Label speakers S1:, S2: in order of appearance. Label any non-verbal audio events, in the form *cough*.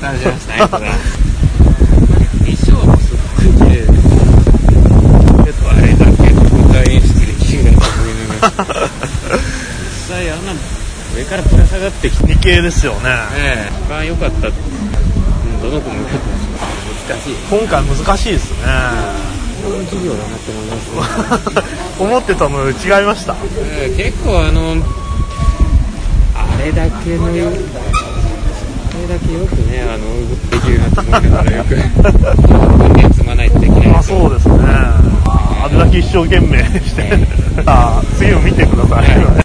S1: 誕生しました *laughs* ね。衣装もすごく綺麗です。ちょっとあれだけ舞台演出できるなと思いながら。実際あんな上からぶら下がってきて、ね
S2: 理系ですよね
S1: え、一番良かった。うんどの子も良かったですけど難しい。
S2: 今回難しいですね
S1: この授業だなって思います、ね。
S2: 思ってたの違いました
S1: えー結構あのあれだけのよあれだけよくねあのできるなと思いながらよくコンテンツまないとできない
S2: あそう *laughs* ですねああれだけ一生懸命してあ次を見てください